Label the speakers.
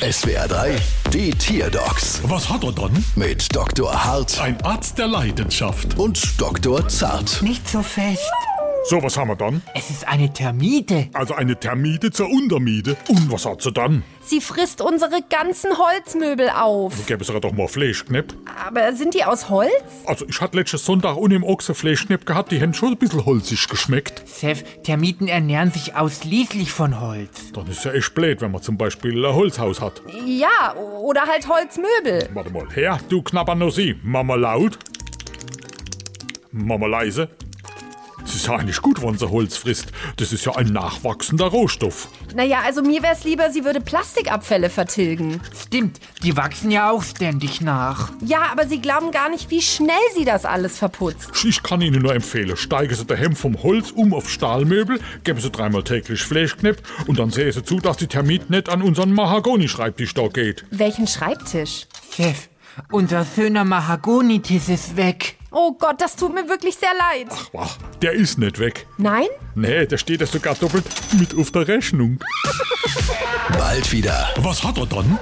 Speaker 1: SWR 3, die Tierdocs
Speaker 2: Was hat er dann?
Speaker 1: mit Dr. Hart
Speaker 2: Ein Arzt der Leidenschaft.
Speaker 1: und Dr. Zart.
Speaker 3: Nicht so fest.
Speaker 2: So, was haben wir dann?
Speaker 3: Es ist eine Termite.
Speaker 2: Also eine Termite zur Untermiete. Und was hat sie dann?
Speaker 4: Sie frisst unsere ganzen Holzmöbel auf.
Speaker 2: Gäbe es ja doch mal Fleischknepp.
Speaker 4: Aber sind die aus Holz?
Speaker 2: Also ich hatte letztes Sonntag und im Ochse Fleischknepp gehabt, die haben schon ein bisschen holzig geschmeckt.
Speaker 3: Seth, Termiten ernähren sich ausschließlich von Holz.
Speaker 2: Dann ist ja echt blöd, wenn man zum Beispiel ein Holzhaus hat.
Speaker 4: Ja, oder halt Holzmöbel.
Speaker 2: Warte mal, her, du Knabbernossi. Mama laut. Mama leise. Es ist ja eigentlich gut, wenn sie Holz frisst. Das ist ja ein nachwachsender Rohstoff.
Speaker 4: Naja, also mir wär's lieber, sie würde Plastikabfälle vertilgen.
Speaker 3: Stimmt, die wachsen ja auch ständig nach.
Speaker 4: Ja, aber sie glauben gar nicht, wie schnell sie das alles verputzt.
Speaker 2: Ich kann Ihnen nur empfehlen, steigen Sie daheim vom Holz um auf Stahlmöbel, geben Sie dreimal täglich Fleischknepp und dann sehen Sie zu, dass die Termit nicht an unseren Mahagoni-Schreibtisch da geht.
Speaker 4: Welchen Schreibtisch?
Speaker 3: Seth, unser schöner Mahagonitisch ist weg.
Speaker 4: Oh Gott, das tut mir wirklich sehr leid.
Speaker 2: Wah, der ist nicht weg.
Speaker 4: Nein?
Speaker 2: Nee, der steht ja sogar doppelt mit auf der Rechnung.
Speaker 1: Bald wieder.
Speaker 2: Was hat er dann?